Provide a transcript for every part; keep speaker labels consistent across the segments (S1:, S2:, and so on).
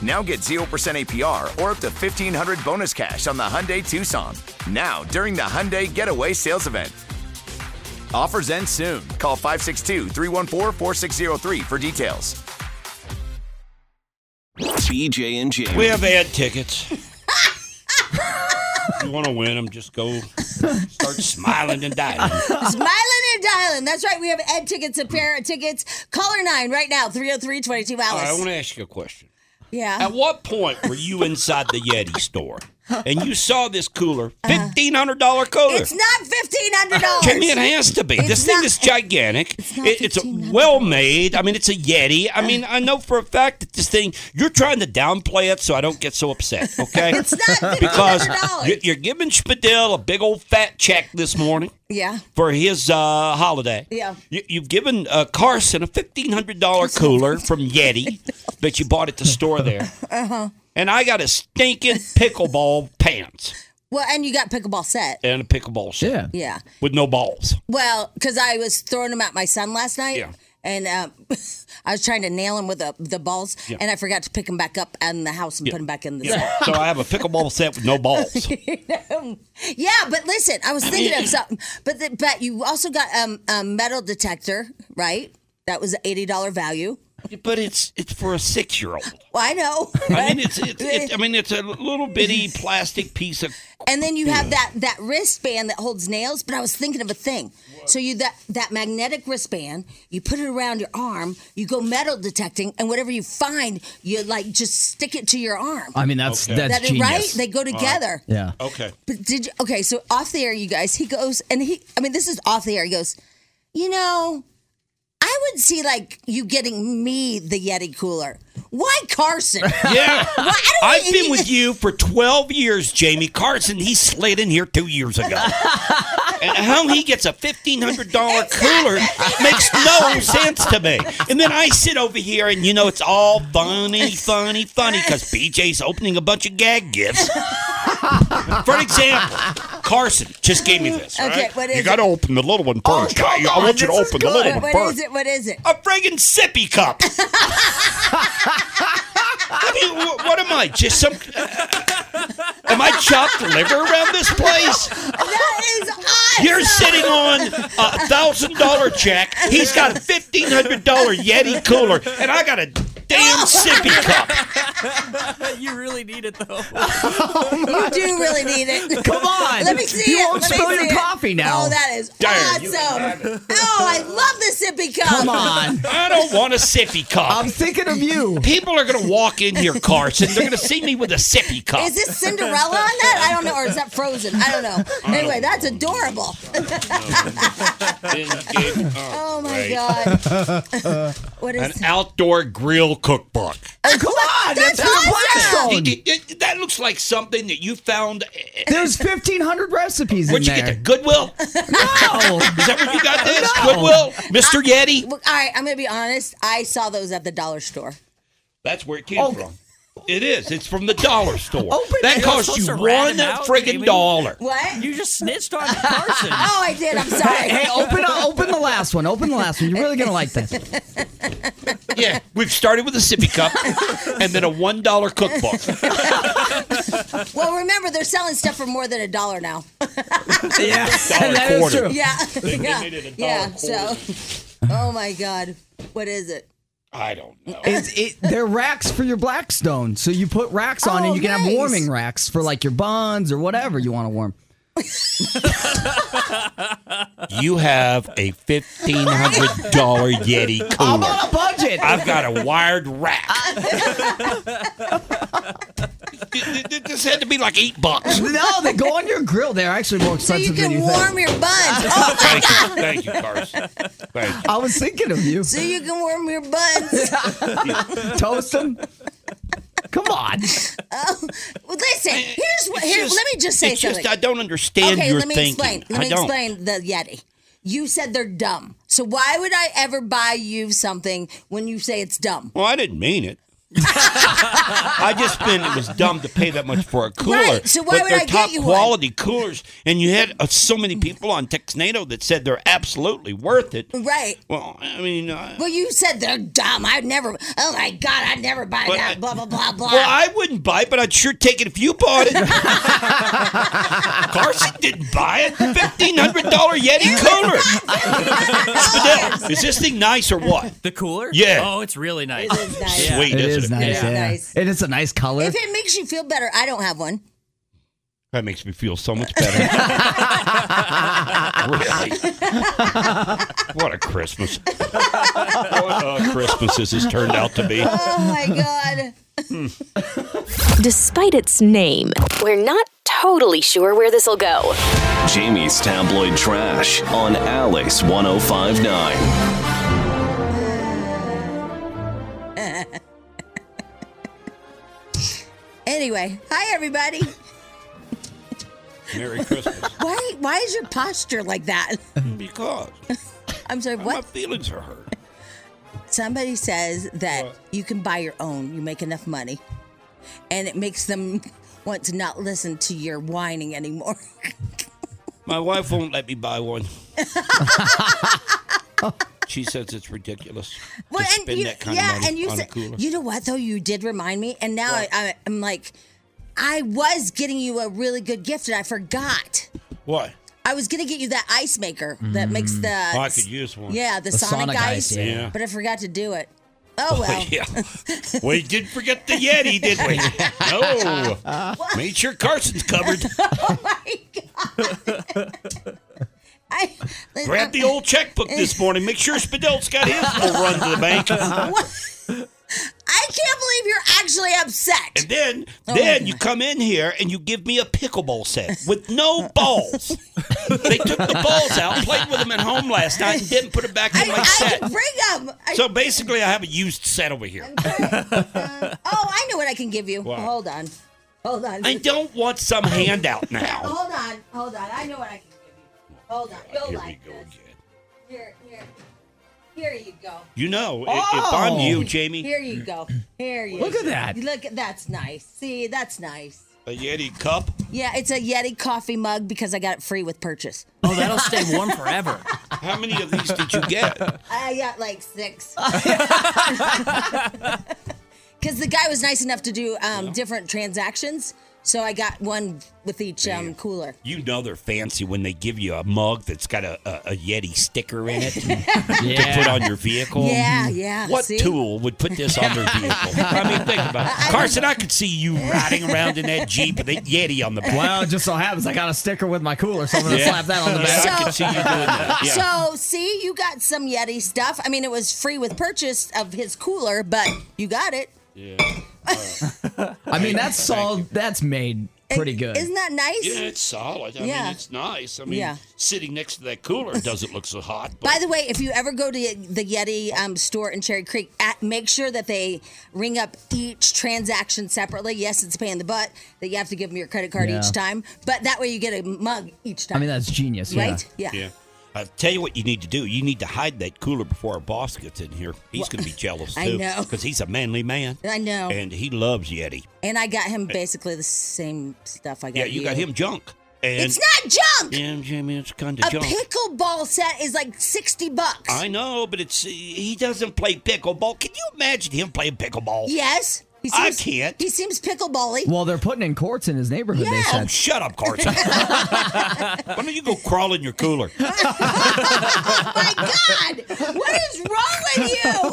S1: Now get 0% APR or up to 1500 bonus cash on the Hyundai Tucson. Now, during the Hyundai Getaway Sales Event. Offers end soon. Call 562 314 4603 for details.
S2: BJ and Jamie.
S3: We have ad tickets. if you want to win them, just go start smiling and dialing.
S4: Smiling and dialing. That's right. We have ed tickets, a pair of tickets. Caller nine right now, 303 22
S3: All right, I
S4: hours.
S3: want to ask you a question.
S4: yeah.
S3: At what point were you inside the Yeti store and you saw this cooler, fifteen hundred dollar cooler?
S4: Uh-huh. It's not
S3: I mean, it
S4: $1,500.
S3: has to be. this
S4: It's
S3: thing
S4: not-
S3: is gigantic.
S4: it's not Uh-huh.
S3: It- It's,
S4: $1,500.
S3: well made. I mean, it's a Yeti. I mean, I know for a fact that this thing. You're trying to downplay it so I don't get so upset. Okay.
S4: It's not $1,500.
S3: because you- you're giving Spadil a big old fat check this morning
S4: yeah.
S3: for his uh, holiday.
S4: Yeah.
S3: You, you've given uh, Carson a fifteen hundred dollar cooler from Yeti that you bought at the store there, uh-huh. and I got a stinking pickleball pants
S4: Well, and you got pickleball set.
S3: and a pickleball shirt
S5: Yeah.
S4: Yeah.
S3: with no balls.
S4: Well, because I was throwing them at my son last night.
S3: Yeah.
S4: And um, I was trying to nail him with the, the balls, and I forgot to pick them back up in the house and put them back in the set.
S3: so I have a pickleball set with no balls.
S4: Yeah, but listen, I was thinking of something. But the, but you also got um, a metal detector, right? That was eighty dollar value.
S3: But it's it's for a six year old.
S4: Well, I know.
S3: I mean, it's, it's, it's I mean it's a little bitty plastic piece of
S4: and then you have that that wristband that holds nails. But I was thinking of a thing. So you that that magnetic wristband, you put it around your arm, you go metal detecting, and whatever you find, you like just stick it to your arm.
S3: Ah,
S5: I mean, that's
S3: Okay.
S5: that's
S4: That is
S5: genius.
S4: right? They go together.
S5: yeah.
S3: okay.
S4: But did you, okay, so off the air, you guys, he goes and he, I mean, this is off the air. He goes, you know, I would see like you getting me the Yeti cooler. Why Carson?
S3: Yeah,
S4: don't
S3: I've
S4: think-
S3: been with you for twelve years, Jamie Carson. He slid in here two years ago. And how he gets a fifteen hundred dollar cooler makes no sense to me. And then I sit over here, and you know it's all funny, funny, funny because BJ's opening a bunch of gag gifts. For example, Carson just gave me this.
S4: Okay,
S3: right?
S4: what
S3: you
S4: is
S3: got to open the little one
S4: Oh,
S3: first.
S4: come
S3: I, I
S4: on,
S3: want you to
S4: this is
S3: open the
S4: good.
S3: little one
S4: What
S3: first
S4: is it? What is it?
S3: a friggin' sippy cup. I mean, wh- what am I? Just some? am I chopped liver around this place?
S4: That is awesome.
S3: You're sitting on a thousand dollar check. He's got a fifteen hundred dollar Yeti cooler, and I got a damn sippy cup.
S6: you really need it though.
S4: You do really need it.
S5: Come on.
S4: Let me see
S5: You
S4: it.
S5: won't
S4: Let me
S5: spill your
S4: see it.
S5: coffee now.
S4: Oh, that is
S3: Darn, you
S4: awesome. Oh, I love the sippy cup.
S5: Come on.
S3: I don't want a sippy cup.
S5: I'm thinking of you.
S3: People are gonna walk in here, Carson. They're gonna see me with a sippy cup.
S4: Is this Cinderella on that? I don't know. Or is that Frozen? I don't know. Anyway, that's adorable. Oh, my God. what
S3: uh, An
S4: is
S3: outdoor grill cookbook.
S5: Hey, come on. That's,
S4: That's
S5: the
S4: awesome.
S5: Blackstone.
S3: It- it- it- that looks like something that you found. eh, eh,
S5: There's 1,500 recipes
S3: Where'd
S5: in
S3: you
S5: there.
S3: get the Goodwill?
S5: no.
S3: Is that where you got this?
S5: No.
S3: Goodwill, Mr. Yeti.
S4: Look, all right, I'm going to be honest. I saw those at the dollar store.
S3: That's where it came from. It is. It's from the dollar store.
S5: Oh. Open
S3: that
S5: it.
S3: cost
S6: You're
S3: you
S6: supposed to rat
S3: one
S6: him out,
S3: friggin'
S6: Jamie.
S3: dollar.
S4: What?
S6: You just snitched on Carson.
S4: Oh, I did. I'm sorry.
S5: Hey, oh. open open the last one. Open the last one. You're really gonna like this.
S3: Yeah, we've started with a sippy cup and then a one dollar cookbook.
S4: Well, remember they're selling stuff for more than a dollar now.
S5: Yeah, that is
S3: quarter.
S5: true.
S4: Yeah. yeah.
S3: made it a dollar
S4: yeah. So, oh my God, what is it?
S3: I don't know.
S5: It's, it, they're racks for your Blackstone. So you put racks on,
S4: Oh,
S5: and you can
S4: nice.
S5: have warming racks for like your buns or whatever you want to warm.
S3: You have a fifteen hundred dollar Yeti
S5: I'm
S3: cooler.
S5: on a budget.
S3: I've got a wired rack. this had to be like eight bucks.
S5: no, they go on your grill. They're actually more
S4: So you
S5: expensive than
S4: can
S5: you
S4: warm
S5: think.
S4: your buns. Oh,
S3: Thank you, thank you, Carson. Thank you.
S5: I was thinking of you.
S4: so you can warm your buns.
S5: Toast them. Come
S4: Well,
S5: on.
S4: listen, here's what.
S3: It's
S4: Uh, Here,
S3: just-
S4: let me just say
S3: it's
S4: something.
S3: I don't understand
S4: okay,
S3: your
S4: let me
S3: thinking.
S4: explain. Let
S3: I
S4: me
S3: don't.
S4: explain the Yeti. You said they're dumb. So why would I ever buy you something when you say it's dumb?
S3: Well, I didn't mean it. I just meant it was dumb to pay that much for a cooler.
S4: Right, so why
S3: but
S4: would
S3: they're
S4: I get
S3: top
S4: you one?
S3: quality coolers, and you had uh, so many people on Texnado that said they're absolutely worth it.
S4: Right.
S3: Well, I mean, uh,
S4: Well, you said they're dumb. I'd never. Oh my God, I'd never buy
S3: But
S4: that.
S3: I-
S4: blah blah blah blah.
S3: well, I wouldn't buy it, but I'd sure take it if you bought it. Carson didn't buy it. Fifteen hundred dollar Yeti cooler. But that- Is this thing nice or what?
S6: The cooler?
S3: Yeah.
S6: Oh, it's really nice.
S4: It is nice.
S3: Sweet, isn't
S5: It
S6: Yeah.
S5: is nice.
S6: Yeah.
S5: Yeah.
S4: Nice.
S5: It is a nice color.
S4: If it makes you feel better, I don't have one.
S3: That makes me feel so much better. really? what a Christmas. what a Christmas this has turned out to be.
S4: Oh my God.
S2: Despite its name, we're not totally sure where this will go.
S7: Jamie's Tabloid Trash on Alice 1059.
S4: Anyway, hi everybody.
S3: Merry Christmas.
S4: Why? Why is your posture like that?
S3: Because
S4: I'm sorry.
S3: my
S4: What?
S3: feelings are hurt.
S4: Somebody says that you can buy your own. You make enough money, and it makes them want to not listen to your whining anymore.
S3: My wife won't let me buy one. she says it's ridiculous to spend
S4: you,
S3: that kind
S4: yeah,
S3: of money
S4: and you
S3: on
S4: said,
S3: a cooler.
S4: you know what though? You did remind me, and now I, I, I'm like, I was getting you a really good gift, and I forgot.
S3: what?
S4: I was gonna get you that ice maker that makes the.
S3: Oh, I could use one.
S4: Yeah, the,
S5: The
S4: Sonic,
S5: Sonic
S4: ice.
S5: ice, yeah.
S3: Yeah.
S4: But I forgot to do it. Oh well.
S3: Yeah. We did forget the Yeti, did we? No. Made sure Carson's covered.
S4: I,
S3: Grab the old checkbook this morning. Make sure Spadel's got his little run to the bank. And
S4: I can't believe you're actually upset.
S3: then, then you come in here and you give me a pickleball set with no balls. they took the balls out, played with them at home last night, and didn't put it back
S4: I,
S3: in my
S4: I
S3: set.
S4: can bring them. I,
S3: So basically, I have a used set over here.
S4: oh, I know what I can give you.
S3: What?
S4: Hold on. Hold on.
S3: I don't want some handout now.
S4: Hold on. Hold on. I know what I can give you. Hold on. Go
S3: Here we
S4: like
S3: go
S4: this.
S3: again.
S4: Here, here. Here you go.
S3: You know, i- if I'm you, Jamie,
S4: Oh. Here you go. Here you
S5: Look at that.
S4: Look at that's nice. See, that's nice.
S3: a Yeti cup.
S4: Yeah, it's a Yeti coffee mug because I got it free with purchase.
S6: Oh, that'll stay warm forever.
S3: How many of these did you get?
S4: I got like six. Because the guy was nice enough to do um, different transactions, so I got one with each um, cooler.
S3: You know they're fancy when they give you a mug that's got a, a, a Yeti sticker in it.
S5: yeah.
S3: put on your vehicle.
S4: Yeah, yeah.
S3: Oh, What
S4: see?
S3: tool would put this on their vehicle? I mean, think about it. Carson, I could see you riding around in that Jeep with that Yeti on the back.
S5: Well, it just so happens I got a sticker with my cooler, so I'm gonna
S3: Yeah.
S5: slap that on the back.
S3: I could see you doing that. Yeah.
S4: So, see, you got some Yeti stuff. I mean, it was free with purchase of his cooler, but you got it.
S5: I mean, that's all. That's made pretty good.
S4: Isn't that nice?
S3: yeah, it's solid. I
S4: Yeah.
S3: mean, it's nice. I mean,
S4: Yeah.
S3: sitting next to that cooler doesn't look so hot. But
S4: By the way, if you ever go to the Yeti um, store in Cherry Creek, at, make sure that they ring up each transaction separately. Yes, it's a pain in the butt that you have to give them your credit card
S5: Yeah.
S4: each time, but that way you get a mug each time.
S5: I mean, that's genius.
S4: right? Yeah.
S3: yeah. I'll tell you what you need to do. You need to hide that cooler before our boss gets in here. He's going to be jealous too.
S4: I know.
S3: because he's a manly man.
S4: I know.
S3: and he loves Yeti.
S4: And I got him basically the same stuff I got
S3: Yeah, you got him junk. And
S4: It's not junk.
S3: Yeah, Jimmy, it's kind
S4: A
S3: of junk.
S4: pickleball set is like 60 bucks.
S3: I know, but it's he doesn't play pickleball. Can you imagine him playing pickleball?
S4: Yes. He
S3: I
S4: seems-
S3: can't.
S4: He seems picklebally.
S5: Well, they're putting in courts in his neighborhood. They
S4: Yeah.
S3: Oh,
S5: said.
S3: shut up, Carson. Why don't you go crawl in your cooler?
S4: Oh my God! What is wrong with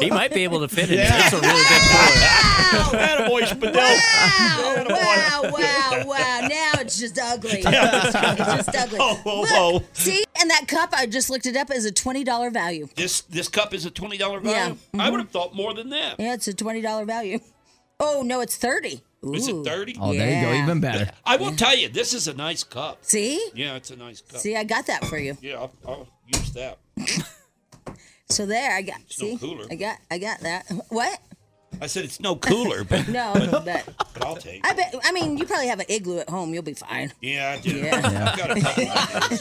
S6: He
S4: you?
S6: might be able to fit in. That's a really big cooler.
S4: Wow!
S3: Attaboy, Spadil.
S4: Wow! Wow! Wow! Wow! Now it's just ugly. it's just ugly.
S3: Whoa, whoa, whoa.
S4: See, and that cup I just looked it up is a twenty dollar value.
S3: This this cup is a twenty dollar value.
S4: Yeah, mm-hmm.
S3: I would have thought more than that.
S4: Yeah, it's a twenty dollar value. Oh no, it's thirty.
S3: Is it
S4: Ooh.
S3: thirty?
S5: Oh, there you
S4: Yeah.
S5: go. Even better.
S3: I will tell you, this is a nice cup.
S4: See?
S3: Yeah, it's a nice cup.
S4: See, I got that for you.
S3: Yeah, I'll, I'll use that.
S4: So there, I got.
S3: no
S4: See,
S3: cooler.
S4: I got, I got that. What?
S3: I said it's no cooler, but,
S4: No, but
S3: but I'll take.
S4: I
S3: it.
S4: bet. I mean, you probably have an igloo at home. You'll be fine.
S3: Yeah, I do.
S4: Yeah.
S3: I've got a couple of these.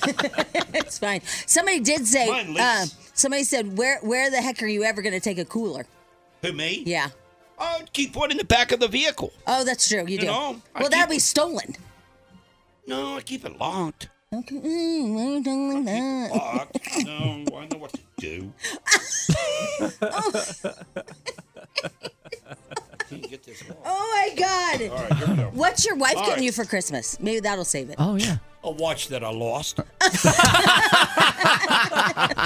S4: It's fine. Somebody did say.
S3: Mine leaks.
S4: uh, somebody said, "Where, where the heck are you ever going to take a cooler?"
S3: Who me?
S4: Yeah.
S3: I would keep one in the back of the vehicle.
S4: Oh, that's true. You, do.
S3: know, I
S4: well, that'll
S3: keep-
S4: be stolen.
S3: No, I keep it locked.
S4: Okay. Mm, I don't like that.
S3: Locked. no, Oh, I know what to do. Can't get this locked.
S4: Oh my God!
S3: All right, here we go.
S4: What's your wife
S3: All
S4: getting
S3: right.
S4: you for Christmas? Maybe that'll save it.
S5: Oh yeah.
S3: a watch that I lost.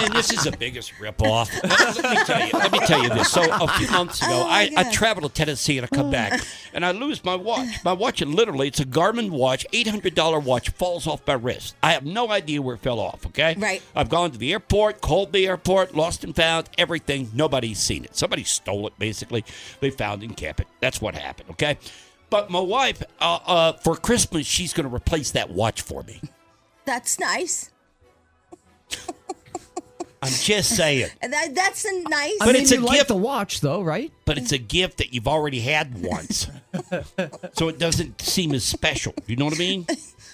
S3: and this is the biggest ripoff. let me tell you. Let me tell you this. So a few months ago,
S4: Oh, my
S3: I, I
S4: God.
S3: traveled to Tennessee and I come back and I lose my watch. My watch, and literally, it's a Garmin watch, eight hundred dollar watch, falls off my wrist. I have no idea where it fell off. Okay.
S4: Right.
S3: I've gone to the airport, called the airport, lost and found everything. Nobody's seen it. Somebody stole it. Basically, they found and kept it. That's what happened. Okay. But my wife, uh, uh, for Christmas, she's going to replace that watch for me.
S4: That's nice.
S3: I'm just saying.
S4: And that, that's a nice.
S5: I
S3: But
S5: mean,
S3: it's a
S5: you like
S3: gift.
S5: to watch though, right?
S3: But it's a gift that you've already had once. so it doesn't seem as special. You know what I mean?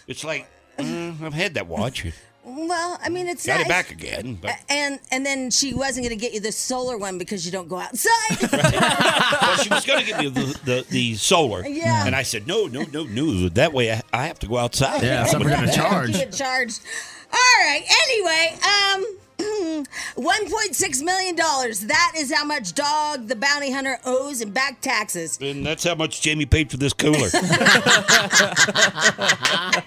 S3: It's like, uh, I've had that watch.
S4: well, I mean, it's
S3: Got
S4: nice.
S3: it back again. But
S4: And and then she wasn't going to get you the solar one because you don't go outside.
S3: well, she was going to give me the, the, the solar.
S4: Yeah.
S3: And I said, no, no, no news. That way I, I have to go outside.
S5: Yeah, so we're gonna
S4: You
S5: charge.
S4: get charged. All right. Anyway, um, one point six million dollars. That is how much dog the bounty hunter owes in back taxes.
S3: And that's how much Jamie paid for this cooler.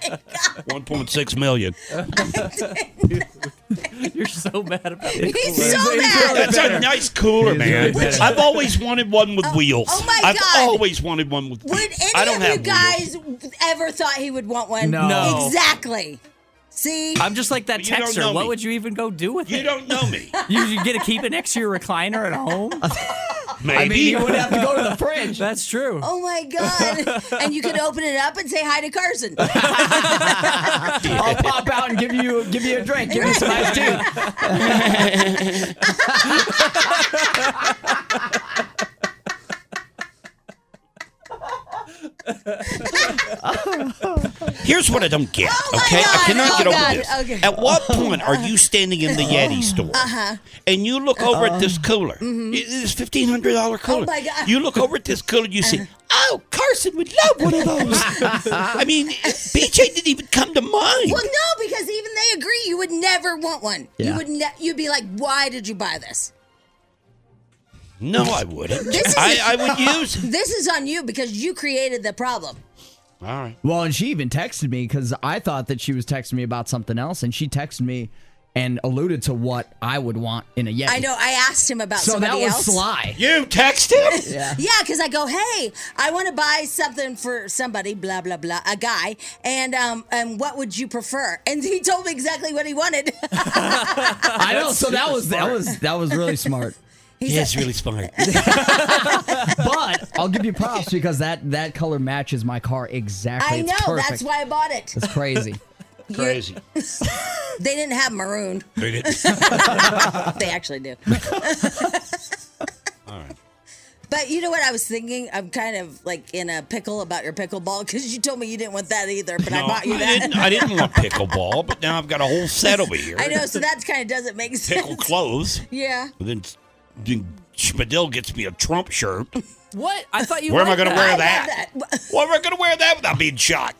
S3: 1.6 million.
S4: Oh,
S6: You're so mad about it.
S4: He's so mad.
S3: That's a nice cooler, man.
S6: better.
S3: I've always wanted one with wheels.
S4: oh my
S3: I've
S4: God.
S3: always wanted one with
S4: Would
S3: wheels. I
S4: any
S3: don't
S4: of
S3: have
S4: you
S3: wheels.
S4: guys ever thought he would want one?
S5: No.
S6: No.
S4: Exactly. See,
S6: I'm just like that
S3: You don't
S6: texter.
S3: know
S6: What
S3: me.
S6: would you even go do with
S3: You
S6: it?
S3: don't know me.
S6: You, you get to keep it next to your recliner at home.
S3: Maybe.
S5: I mean, you would have to go to the fridge.
S6: That's true.
S4: oh my god! and you could open it up and say hi to Carson.
S5: I'll pop out and give you give you a drink. Give me some ice too.
S3: Here's what I don't get.
S4: Oh my
S3: okay, I
S4: God.
S3: cannot
S4: Oh
S3: get over
S4: God. Oh Uh-huh.
S3: this.
S4: Okay.
S3: At what point are you standing in the Yeti store
S4: Uh-huh.
S3: and you look over at this cooler? It- It's fifteen hundred dollar cooler.
S4: Mm-hmm. Oh my God. Uh-huh.
S3: You look over at this cooler, you see. Oh, Carson would love one of those. I mean, BJ didn't even come to mind.
S4: Well, no, because even they agree you would never want one. You
S5: Yeah.
S4: would. Ne- you'd be like, why did you buy this?
S3: No, I wouldn't.
S4: This is-
S3: I, I would use. it.
S4: This is on you because you created the problem.
S3: All right.
S5: Well, and she even texted me because I thought that she was texting me about something else, and she texted me and alluded to what I would want in a Yeti.
S4: I know. I asked him about
S5: So that
S4: somebody
S5: was
S4: else.
S5: sly.
S3: You text him.
S4: Yeah, because I go, hey, I want to buy something for somebody, blah blah blah, a guy, and um, and what would you prefer? And he told me exactly what he wanted.
S5: I know. So that was that was that was really smart.
S3: Yeah, it's really smart.
S5: But I'll give you props because that that color matches my car exactly.
S4: I
S5: It's
S4: know.
S5: perfect.
S4: That's why I bought it.
S5: It's crazy.
S3: Crazy.
S4: They didn't have maroon.
S3: They didn't.
S4: They actually do.
S3: All right.
S4: But you know what I was thinking? I'm kind of like in a pickle about your pickleball because you told me you didn't want that either, but I
S3: No,
S4: bought you that.
S3: didn't, I didn't want pickleball, but now I've got a whole set over here.
S4: I know, so that kind of doesn't make sense.
S3: pickle clothes.
S4: Yeah.
S3: But then, then Spadil gets me a Trump shirt.
S6: What? I thought you.
S3: Where am I going to
S6: liked
S3: wear
S6: that.
S3: that? Where am I going to wear that without being shot?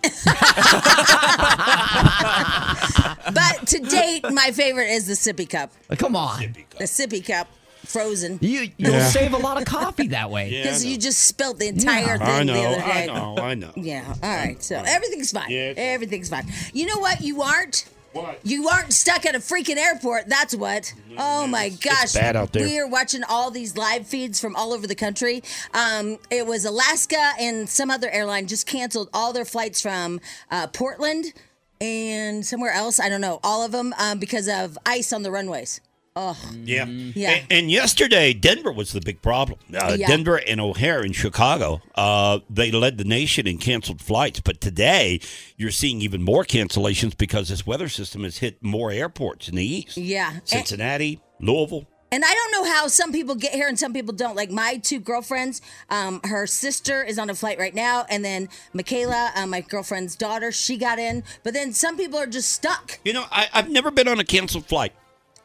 S4: But to date, my favorite is the sippy cup.
S5: Come on.
S4: The sippy cup, frozen.
S5: You you'll
S3: Yeah.
S5: save a lot of coffee that way.
S3: Yeah, I
S4: Because
S3: know.
S4: you just spilled the entire thing
S3: I
S4: the
S3: know,
S4: other day.
S3: I know, I know.
S4: Yeah. All right. So everything's fine.
S3: Yeah, it's fine.
S4: everything's fine. You know what? You aren't.
S3: What?
S4: You aren't stuck at a freaking airport. That's what. Oh my gosh.
S3: bad out there.
S4: We are watching all these live feeds from all over the country. Um, it was Alaska and some other airline just canceled all their flights from uh, Portland and somewhere else. I don't know. All of them um, because of ice on the runways.
S3: Yeah.
S4: Yeah.
S3: And, and yesterday, Denver was the big problem. Uh,
S4: Yeah.
S3: Denver and O'Hare in Chicago, uh, they led the nation in canceled flights. But today, you're seeing even more cancellations because this weather system has hit more airports in the east.
S4: Yeah. And-
S3: Cincinnati, Louisville.
S4: And I don't know how some people get here and some people don't. Like my two girlfriends, um, her sister is on a flight right now, and then Michaela, uh, my girlfriend's daughter, she got in. But then some people are just stuck.
S3: You know, I, I've never been on a canceled flight.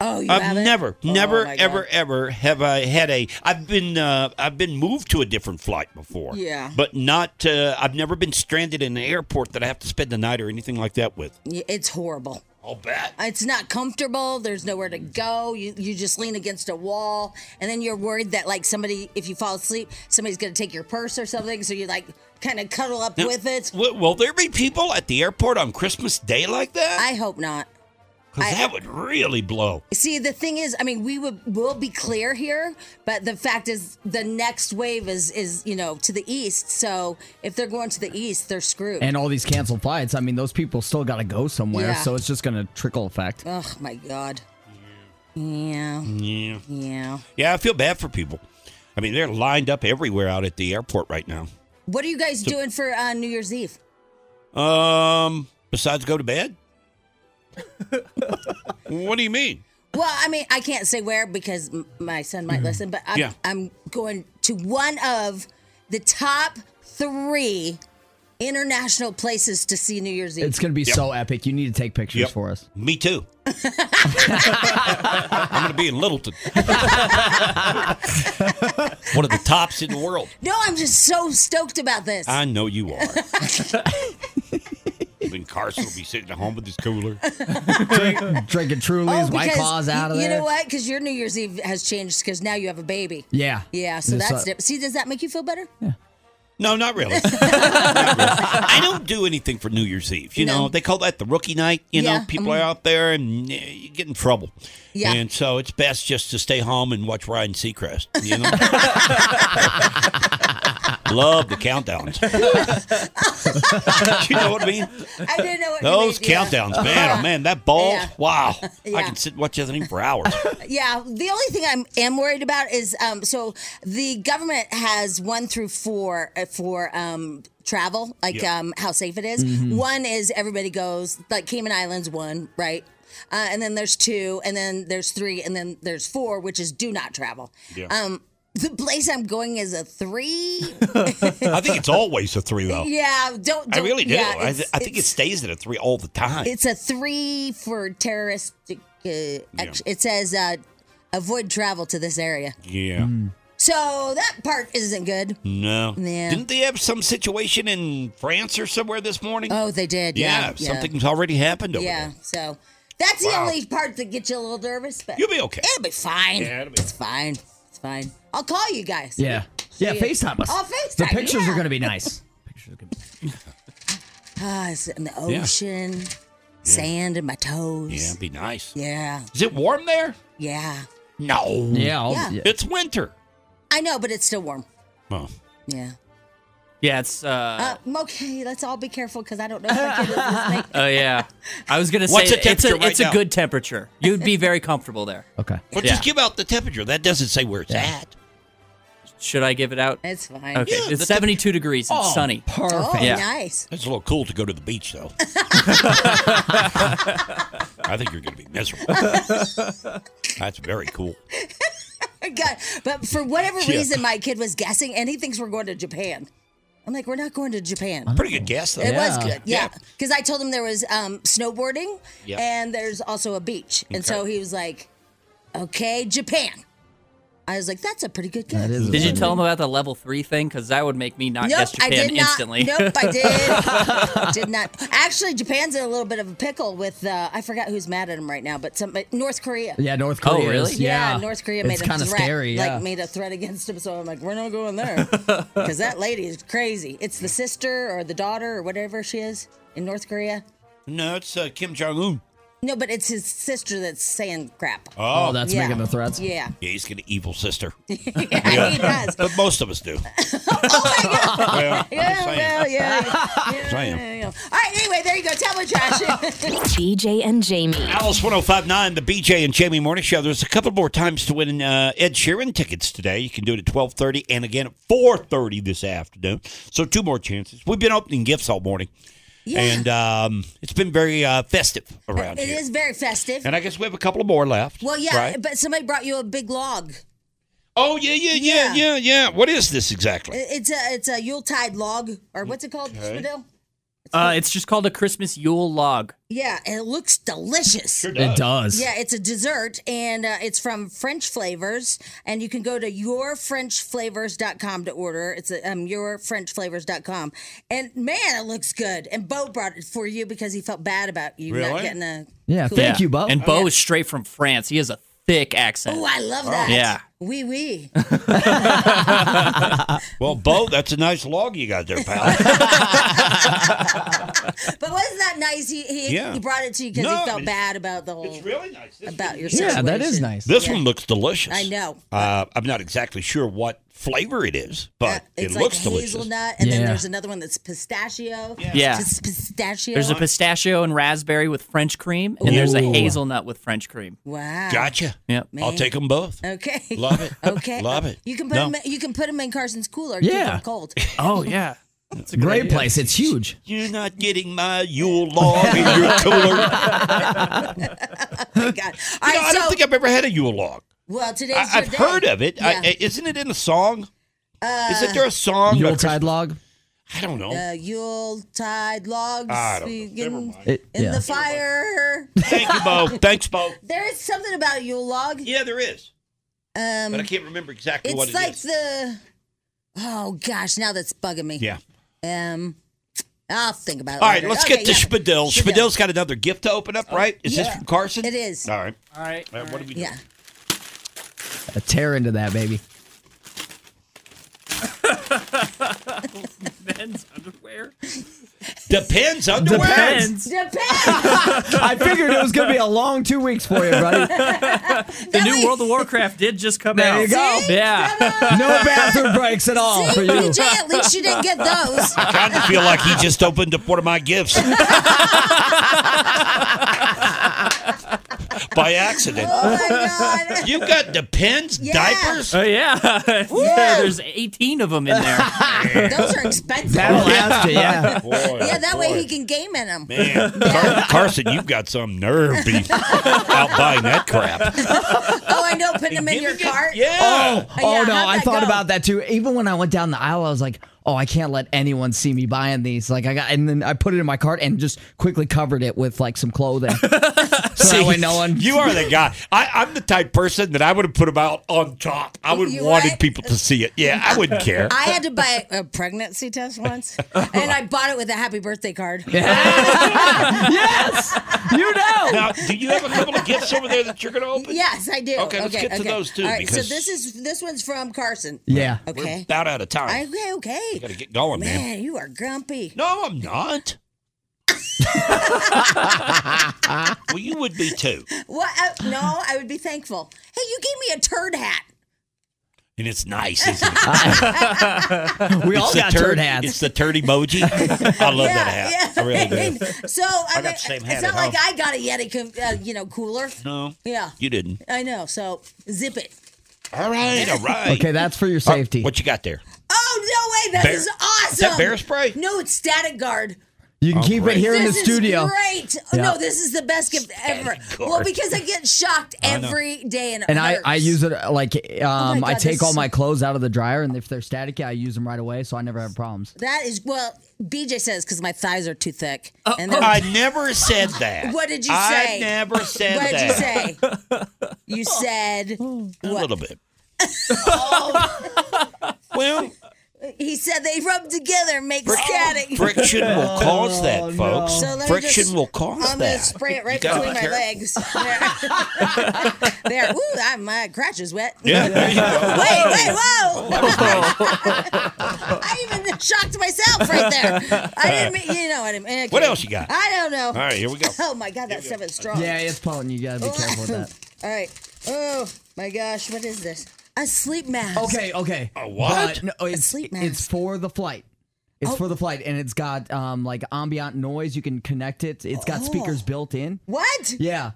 S4: Oh, you
S3: I've
S4: haven't?
S3: Uh, never,
S4: Oh,
S3: never,
S4: my God.
S3: ever, ever have I had a. I've been, uh, I've been moved to a different flight before.
S4: Yeah.
S3: but not. Uh, I've never been stranded in an airport that I have to spend the night or anything like that with.
S4: Yeah, It's horrible.
S3: I'll bet.
S4: It's not comfortable. There's nowhere to go. You you just lean against a wall, and then you're worried that like somebody, if you fall asleep, somebody's gonna take your purse or something. So you like kind of cuddle up
S3: Now,
S4: with it.
S3: Will, will there be people at the airport on Christmas Day like that?
S4: I hope not.
S3: Because
S4: I-
S3: that would really blow.
S4: See, the thing is, I mean, we would will be clear here, but the fact is, the next wave is is you know to the east. So if they're going to the east, they're screwed.
S5: And all these canceled flights, I mean, those people still got to go somewhere,
S4: Yeah.
S5: so it's just going to trickle effect.
S4: oh my god. Yeah.
S3: Yeah,
S4: Yeah.
S3: yeah. I feel bad for people. I mean, they're lined up everywhere out at the airport right now.
S4: What are you guys doing for uh, New Year's Eve?
S3: Um, besides go to bed. what do you mean?
S4: Well, I mean, I can't say where because m- my son
S5: Mm-hmm.
S4: might listen, but I'm,
S3: Yeah.
S4: I'm going to one of the top three international places to see New Year's Eve.
S5: It's going to be so epic. You need to take pictures
S3: Yep.
S5: for us.
S3: Me too. I'm going to be in Littleton. One of the tops in the world.
S4: no, I'm just so stoked about this.
S3: I know you are. then Carson will be sitting at home with his cooler.
S5: Drinking Truly's, White Claws out of
S4: Oh, you,
S5: there.
S4: You know what? Because your New Year's Eve has changed because now you have a baby.
S5: Yeah.
S4: Yeah, so
S5: It's,
S4: that's
S5: uh,
S4: different. See, does that make you feel better?
S3: No, not really. Not really. I don't do anything for New Year's Eve. You know,
S4: No.
S3: they call that the rookie night. You know,
S4: Yeah,
S3: people
S4: mhm.
S3: are out there and eh, you get in trouble.
S4: Yeah.
S3: And so it's best just to stay home and watch Ryan Seacrest. You know, love the countdowns. you know what I mean?
S4: I didn't know what you
S3: Those
S4: meant, yeah.
S3: countdowns, man, oh man, that ball,
S4: Yeah.
S3: wow! I
S4: Yeah.
S3: can sit and watch that thing for hours.
S4: Yeah, the only thing I'm am worried about is um, so the government has one through four uh, for um, travel, like
S3: Yeah.
S4: um, how safe it is.
S5: Mm-hmm.
S4: One is everybody goes, like Cayman Islands, one right. Uh, and then there's two, and then there's three, and then there's four, which is do not travel.
S3: Yeah.
S4: Um, the place I'm going is a three.
S3: I think it's always a three though.
S4: yeah, don't,
S3: I
S4: don't-
S3: really do.
S4: yeah,
S3: I,
S4: it's-
S3: I think it
S4: it's
S3: stays at a three all the time.
S4: it's a three for terroristic. Uh, act- It says uh, avoid travel to this area.
S3: yeah.
S4: So that part isn't good.
S3: Hmm. No.
S4: Yeah.
S3: Didn't they have some situation in France or somewhere this morning?
S4: Oh, they did.
S3: yeah,
S4: Yeah,
S3: something's already happened
S4: Yeah,
S3: over there.
S4: so that's the
S3: Wow.
S4: only part that gets you a little nervous, but
S3: You'll be okay.
S4: it'll be fine.
S3: Yeah, it'll be-
S4: it's fine. It's fine. I'll call you guys.
S5: Yeah. Yeah,
S4: Yeah.
S5: FaceTime us.
S4: Oh,
S5: The
S4: FaceTime,
S5: pictures
S4: yeah.
S5: are going to be nice. Pictures are gonna be-
S4: Ah, it's in the ocean, sand in my
S3: Yeah,
S4: toes.
S3: it'd be nice.
S4: Yeah.
S3: Is it warm there?
S4: Yeah.
S3: No.
S5: yeah, I'll-
S4: Yeah.
S5: yeah.
S3: It's winter.
S4: I know, but it's still warm.
S3: Oh.
S4: Yeah.
S6: Yeah, it's. Uh,
S4: Uh, okay, let's all be careful because I don't know if my kid is listening.
S6: Oh yeah, I was gonna say
S3: What's the
S6: it's a
S3: temperature right
S6: it's
S3: now?
S6: a good temperature. You'd be very comfortable there.
S5: Okay.
S3: Well,
S6: Yeah.
S3: just give out the temperature. That doesn't say where it's at.
S6: Should I give it out?
S4: It's fine.
S6: Okay,
S3: Yeah, the
S6: it's 72 degrees. It's sunny.
S4: Oh,
S5: Perfect.
S6: Yeah.
S4: nice.
S3: It's a little cool to go to the beach, though. I think you're going to be miserable. That's very cool.
S4: I god! But for whatever
S3: Chip.
S4: reason, my kid was guessing, and he thinks we're going to Japan. I'm like, we're not going to Japan.
S3: Pretty good guess, though.
S4: It was
S3: Yeah.
S4: good, yeah. Because I told him there was um, snowboarding
S3: Yeah.
S4: and there's also a beach, and so
S6: Okay.
S4: he was like, "Okay, Japan." I was like, "That's a pretty good guess."
S6: Did you tell him about the level three thing? Because that would make me not
S4: nope,
S6: guess
S4: I
S6: Japan
S4: did not.
S6: instantly.
S4: Nope, I did. did not. Actually, Japan's in a little bit of a pickle with uh, I forgot who's mad at him right now, but some North Korea.
S5: Yeah, North
S6: Oh,
S5: Korea.
S6: really?
S5: is-
S4: Yeah,
S5: Yeah,
S4: North Korea made
S5: It's
S4: a
S5: kind of
S4: threat,
S5: scary. Yeah.
S4: like made a threat against him. So I'm like, we're not going there because that lady is crazy. It's the sister or the daughter or whatever she is in North Korea.
S3: No, it's uh, Kim Jong Un.
S4: No, but it's his sister that's saying crap.
S5: oh, that's
S4: Yeah.
S5: making the threats.
S4: Yeah,
S3: Yeah, he's got an evil sister.
S4: yeah, he does.
S3: But most of us do. Well,
S4: Yeah, well, yeah, yeah,
S3: saying.
S4: yeah, yeah. All right, anyway, there you go. Tablet trash.
S2: BJ and Jamie.
S3: Alice 1059, the BJ and Jamie Morning Show. There's a couple more times to win uh, Ed Sheeran tickets today. You can do it at 1230 and again at 430 this afternoon. So two more chances. We've been opening gifts all morning. And um, it's been very uh, festive around
S4: it
S3: here.
S4: is very festive.
S3: And I guess we have a couple of more left.
S4: Well, yeah,
S3: right?
S4: but somebody brought you a big log.
S3: Oh, yeah, yeah, yeah, yeah,
S4: Yeah.
S3: yeah. What is this exactly?
S4: It- It's a it's a Yuletide log or what's it called? Spadil?
S6: Uh, it's just called a Christmas Yule log.
S4: Yeah, and it looks delicious.
S5: It does.
S4: Yeah, it's a dessert and uh, it's from French Flavors. And you can go to yourfrenchflavors.com to order. It's a, um, yourfrenchflavors.com. And man, it looks good. And Bo brought it for you because he felt bad about you
S3: Really?
S4: not getting a.
S5: Yeah, thank you, Bo.
S6: And Bo is straight from France. He has a thick accent.
S4: Oh, I love that.
S6: Yeah.
S4: Wee wee.
S3: Well, Bo, that's a nice log you got there, pal.
S4: But wasn't that nice? He, he,
S3: Yeah.
S4: he brought it to you because
S3: No,
S4: he felt
S3: it's-
S4: bad about the whole.
S3: it's really nice. This,
S4: about your
S5: yeah, that is
S4: situation.
S5: nice.
S3: this one looks delicious.
S4: I know.
S3: Uh, I'm not exactly sure what flavor it is,
S4: Uh,
S3: but it
S4: it's like
S3: looks delicious.
S4: hazelnut, and then
S5: Yeah.
S4: there's another one that's pistachio.
S6: Yeah.
S4: Just pistachio.
S6: There's a pistachio and raspberry with French cream, and there's a
S5: Ooh.
S6: hazelnut with French cream.
S4: wow.
S3: Gotcha.
S6: Yep.
S3: I'll take them both.
S4: Okay.
S3: Love it.
S4: Okay.
S3: Love it.
S4: You can put
S3: No.
S4: them. You can put 'em in Carson's cooler. Keep
S5: Yeah.
S4: them cold.
S6: Oh yeah.
S5: Great place. It's huge.
S3: You're not getting my Yule log in your cooler.
S4: Thank God. All
S3: You know,
S4: right.
S3: I
S4: so,
S3: don't think I've ever had a Yule log.
S4: well, today's
S3: I, I've
S4: your day.
S3: heard of it. I-
S4: Yeah.
S3: I- isn't it in a song? Isn't there a song? about
S5: Yuletide log.
S3: Christ- I don't know.
S4: Uh, Yule tide logs
S3: I don't know.
S4: begin
S3: Never mind.
S5: It-
S4: in
S5: yeah.
S4: the fire.
S3: Thank you, Bo. Thanks, Bo.
S4: There is something about Yule log.
S3: Yeah, there is, but I
S4: Um,
S3: can't remember exactly what
S4: it's
S3: it
S4: like
S3: is.
S4: the. Oh gosh, now that's bugging me.
S3: yeah.
S4: Um, I'll think about it.
S3: All right,
S4: later.
S3: let's
S4: Okay,
S3: get to
S4: yeah.
S3: Spadil.
S4: Spadil.
S3: Spadil's got another gift to open up, right? Is this
S4: yeah.
S3: from Carson?
S4: It is.
S3: All right.
S6: All right.
S3: All right, What do we do?
S4: Yeah.
S5: Uh, Tear into that, baby.
S6: Men's underwear.
S3: Depends underwear.
S6: Men's.
S4: Depends.
S5: I figured it was gonna be a long two weeks for you, buddy.
S6: The new World of Warcraft did just come
S5: There
S6: out.
S5: you go.
S6: Yeah.
S5: No bathroom breaks at all for you.
S4: BJ, at least you didn't get those.
S3: Kind of feel like he just opened up one of my gifts by accident.
S4: Oh my god.
S3: You got depends
S4: Yeah.
S3: diapers.
S6: Oh yeah. There's 18 of them in there.
S4: Those are expensive.
S5: That'll last you, yeah.
S3: Boy,
S4: yeah, that
S3: boy.
S4: way he can game in them.
S3: Man, Car- Carson, you've got some nerve being out buying that crap.
S4: Oh, I know. Putting them in your cart.
S3: Yeah.
S4: yeah,
S5: Oh no,
S4: how'd
S5: I
S4: that
S5: thought
S4: go?
S5: about that too. Even when I went down the aisle, I was like, "Oh, I can't let anyone see me buying these." Like I got, and then I put it in my cart and just quickly covered it with like some clothing, so that way no one.
S3: You are the guy. I, I'm the type person that I would have put him out on top. I would have
S4: You
S3: wanted
S4: would?
S3: people to see it. Yeah, I wouldn't care.
S4: I had to buy a pregnancy test once, and I bought it with a happy birthday card.
S5: yes, you know.
S3: now, do you have a couple of gifts over there that you're going to open?
S4: Yes, I do.
S3: Okay, let's get to those two,
S4: All right, so
S3: because-
S4: this is this one's from Carson.
S5: Yeah.
S3: We're
S4: Okay.
S3: about out of time.
S4: I- Okay. Okay.
S3: Got to get going, man.
S4: Man, you are grumpy.
S3: No, I'm not. well, you would be too.
S4: What? I, no, I would be thankful. Hey, you gave me a turd hat.
S3: And it's nice, isn't it?
S5: We all
S3: It's the
S5: got turd
S3: It's
S5: hats.
S3: the turd emoji. I love that hat. I really do.
S4: So I,
S3: I got
S4: mean,
S3: the same
S4: it's
S3: hat at
S4: not
S3: home.
S4: like I got a Yeti, co- uh, you know, cooler.
S3: No,
S4: Yeah,
S3: you didn't.
S4: I know. So zip it.
S3: All right, all right.
S5: Okay, that's for your
S3: Uh,
S5: safety.
S3: What you got there?
S4: Oh no way! That
S3: Bear-
S4: is awesome.
S3: Is that bear spray?
S4: No, it's static guard.
S5: You can
S3: Oh,
S5: keep
S3: great.
S5: it here in
S4: This
S5: the studio.
S4: is great. Oh,
S5: Yeah.
S4: No, this is the best gift ever. Well, because I get shocked
S5: I know.
S4: every day, and, it
S5: And I,
S4: hurts.
S5: I use it uh, like um, I
S4: God,
S5: take
S4: this
S5: all
S4: is-
S5: my clothes out of the dryer, and if they're static, I use them right away, so I never have problems.
S4: That is well, BJ says because my thighs are too thick.
S5: Oh,
S4: and they're-
S3: I never said that.
S4: What did you
S3: I
S4: say?
S3: never said
S4: what
S3: that.
S4: did you say? You said
S3: A
S4: what?
S3: little bit. well,
S4: He said they rub together and make static.
S3: friction will cause
S4: Oh,
S3: that, folks.
S4: So let me
S3: friction
S4: just-
S3: will cause
S4: I'm gonna
S3: that.
S4: spray it
S3: You
S4: right
S3: gotta
S4: between
S3: be
S4: my
S3: careful.
S4: legs. There. there. Ooh, I, my crotch is wet.
S3: Yeah, there you go.
S4: Wait, wait, whoa! I even shocked myself right there. I didn't mean, you know what I mean. Okay.
S3: What else you got?
S4: I don't know. All
S3: right, here we go.
S4: Oh my god, that stuff is strong.
S5: Yeah, it's pollen. You gotta be careful with that.
S4: All right. Oh my gosh, what is this? A sleep mask.
S5: Okay, okay.
S3: A
S5: But, no, it's, It's for the flight. It's for the flight, and it's got um like ambient noise. You can connect it. It's got speakers built in.
S4: What?
S5: Yeah,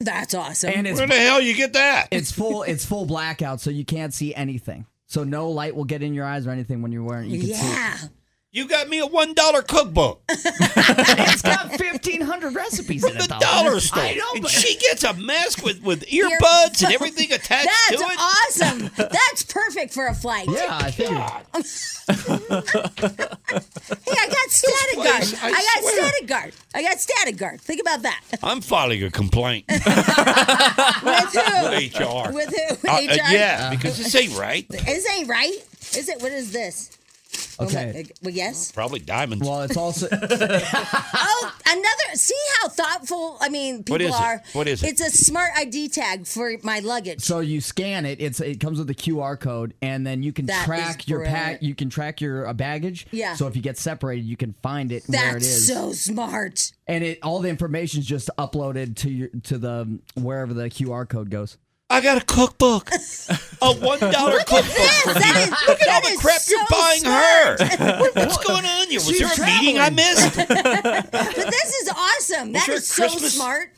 S4: That's awesome.
S5: and it's
S3: Where the hell you get that?
S5: it's full. It's full blackout, so you can't see anything. So no light will get in your eyes or anything when you're wearing it. You can
S4: yeah.
S3: You got me a one dollar cookbook from
S5: see. It's got fifteen hundred recipes in it.
S3: the
S5: though.
S3: dollar store,
S5: I know,
S3: and
S5: but
S3: she gets a mask with with earbuds and everything attached to
S4: That's
S3: it.
S4: awesome. That's perfect for a flight.
S5: yeah, I figured.
S4: Hey, I got static guard.
S3: place, I
S4: I, got
S3: swear.
S4: static guard. I got static guard. Think about that.
S3: I'm filing a complaint with
S4: With who?
S3: HR.
S4: With who?
S3: Uh, uh,
S4: HR?
S3: yeah,
S5: Oh.
S3: because this ain't right.
S4: Is it right? Is it? What is this? Oh, my-
S5: Okay.
S4: uh, well, yes.
S3: Probably diamonds.
S5: Well, it's also
S4: Oh, another. See how thoughtful. I mean, people
S3: What is it?
S4: are.
S3: What is it?
S4: It's a smart ID tag for my luggage.
S5: so you scan it. It's it comes with a QR code, and then you can
S4: That is
S5: track your pack.
S4: brilliant.
S5: You can track your uh, baggage.
S4: Yeah.
S5: So if you get separated, you can find it and where it
S4: That's
S5: is.
S4: so smart.
S5: and it all the information's just uploaded to your to the um, wherever the QR code goes.
S3: I got a cookbook, a one dollar cookbook.
S4: Yes,
S3: from
S4: that
S3: you.
S4: is.
S3: Look at all
S4: that
S3: the
S4: is
S3: crap
S4: so
S3: you're buying
S4: smart.
S3: her. What- What's going on here? Was
S5: She's
S3: there a meeting I
S5: traveling.
S3: missed?
S4: But this is awesome. That
S3: there
S4: is so
S3: Christmas-
S4: smart.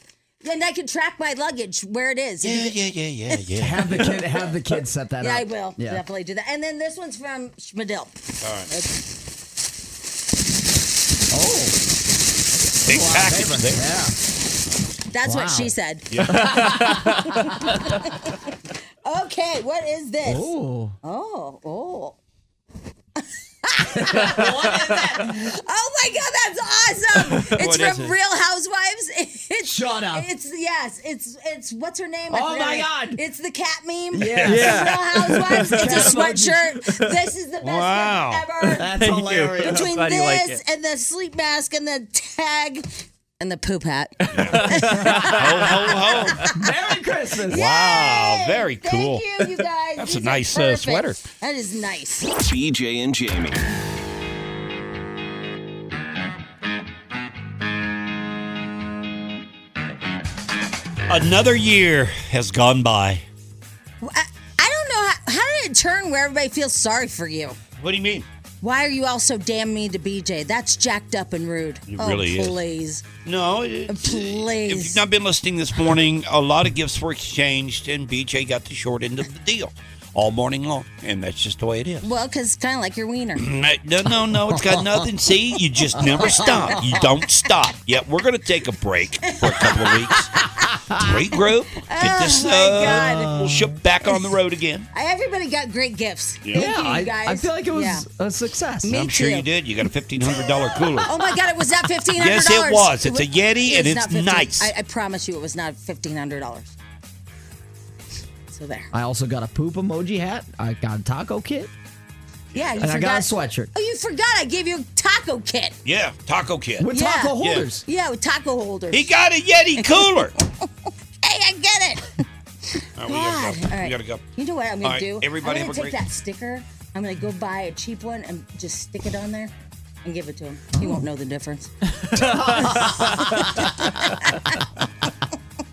S4: And I can track my luggage where it is.
S3: Yeah, yeah, yeah, yeah, yeah.
S5: Have the kid have the kid set that
S4: Yeah,
S5: up.
S4: I will
S5: Yeah.
S4: definitely do that. And then this one's from Schmidl.
S3: Big package there.
S5: Yeah.
S4: That's
S5: Wow.
S4: what she said. okay, what is this?
S5: Ooh.
S4: Oh, oh. Oh my god, that's awesome! It's
S3: What is
S4: from
S3: it?
S4: Real Housewives. It's,
S5: Shut up.
S4: It's yes, it's it's what's her name? I
S5: Oh,
S4: forgot
S5: my
S4: her name.
S5: God.
S4: It's the cat meme.
S5: Yeah.
S4: It's
S5: Yeah.
S4: Real Housewives. It's
S5: Cat
S4: a
S5: emoji.
S4: sweatshirt. This is the best
S3: Wow.
S4: gift ever.
S5: That's hilarious.
S4: between
S6: glad you like
S4: this
S6: it.
S4: and the sleep mask and the tag and the poop hat.
S3: Ho, ho, ho.
S5: Merry Christmas.
S3: Wow, very
S4: Thank
S3: cool.
S4: you, you guys.
S3: That's
S4: These
S3: a
S4: are
S3: nice, uh,
S4: perfect.
S3: sweater.
S4: That is nice.
S7: BJ and Jamie.
S3: Another year has gone by.
S4: I, I don't know how, how did it turn where everybody feels sorry for you.
S3: What do you mean?
S4: Why are you all so damn mean to BJ? That's jacked up and rude.
S3: It
S4: oh,
S3: really is.
S4: please. Uh,
S3: No, it's-
S4: Please.
S3: If you've not been listening this morning, a lot of gifts were exchanged, and BJ got the short end of the deal all morning long, and that's just the way it is.
S4: Well, because it's kind of like your wiener.
S3: No, no, no, it's got nothing. See, you just never stop. You don't stop. Yeah, we're going to take a break for a couple of weeks. Regroup, get this
S4: Oh, my
S3: uh,
S4: God.
S3: ship back on the road again.
S4: Everybody got great gifts.
S5: Yeah,
S4: Thank you,
S5: I,
S4: you guys.
S5: I feel like it was
S4: Yeah.
S5: a success.
S4: Me
S3: I'm sure
S4: too.
S3: you did. You got a $1,500 cooler.
S4: Oh my God! It was not fifteen hundred.
S3: Yes, it was. It's a Yeti, and it's nice.
S4: I, I promise you, it was not fifteen hundred dollars. So there.
S5: I also got a poop emoji hat. I got a taco kit,
S4: Yeah, you
S5: and
S4: forgot.
S5: I got a sweatshirt
S4: Oh, you forgot! I gave you a taco kit.
S3: Yeah, Taco Kid.
S5: with
S4: Yeah.
S5: taco
S3: Yeah.
S5: holders.
S4: Yeah, with taco holders.
S3: He got a Yeti cooler.
S4: hey, I get it.
S3: All right, we gotta go.
S4: God. All right.
S3: We gotta go.
S4: You know what I'm gonna
S3: All right,
S4: do?
S3: everybody
S4: I'm
S3: have
S4: gonna
S3: a
S4: take
S3: great-
S4: that sticker. I'm gonna go buy a cheap one and just stick it on there. And give it to him. He won't know the difference.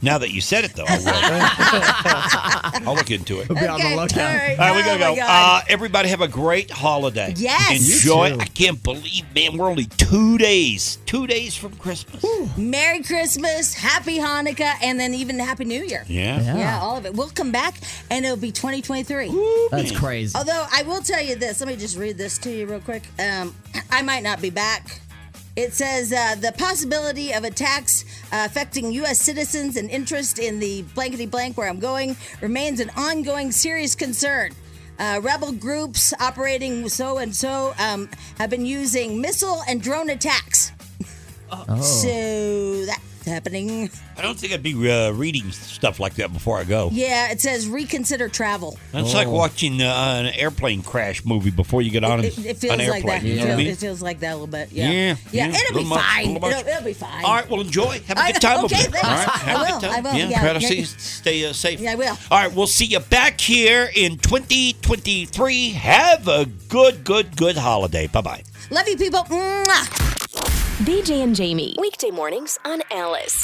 S3: Now that you said it, though, I will. I'll look into it. All
S5: Be on the lookout.
S3: right, we gotta
S4: Oh, my
S3: go.
S4: God.
S3: Uh, everybody have a great holiday.
S4: Yes. You
S3: Enjoy.
S5: too.
S3: I can't believe, man, we're only two days, two days from Christmas.
S4: Merry Christmas, Happy Hanukkah, and then even Happy New Year.
S3: Yeah.
S5: Yeah.
S4: Yeah, all of it. We'll come back and it'll be 2023.
S5: That's crazy.
S4: Although I will tell you this, let me just read this to you real quick. Um, I might not be back It says uh, the possibility of attacks uh, affecting U.S. citizens and interest in the blankety blank where I'm going remains an ongoing serious concern. Uh, rebel groups operating so and so um, have been using missile and drone attacks.
S5: Oh.
S4: So that's happening.
S5: I don't think I'd be uh, reading stuff like that before I go.
S4: Yeah, it says reconsider travel.
S5: That's like watching uh, an airplane crash movie before you get on
S4: It, it feels
S5: an airplane.
S4: like that.
S5: You
S4: It,
S5: know what I
S4: feels,
S5: mean?
S4: it feels like that a little bit. Yeah.
S5: Yeah, yeah.
S4: it'll
S5: Little
S4: be
S5: much-
S4: fine.
S5: little much.
S4: It'll, it'll be fine.
S5: All right, well, enjoy. Have a
S4: I
S5: good
S4: know.
S5: time. over
S4: Okay,
S5: there.
S4: thanks.
S5: All right, have
S4: I
S5: a good
S4: will,
S5: time.
S4: I will,
S5: Yeah,
S4: yeah,
S5: try to
S4: yeah.
S5: see- stay uh, safe.
S4: Yeah, I will.
S5: All right, we'll see you back here in 2023. Have a good, good, good holiday. Bye bye.
S4: Love you, people. Mwah.
S8: BJ and Jamie, weekday mornings on Alice.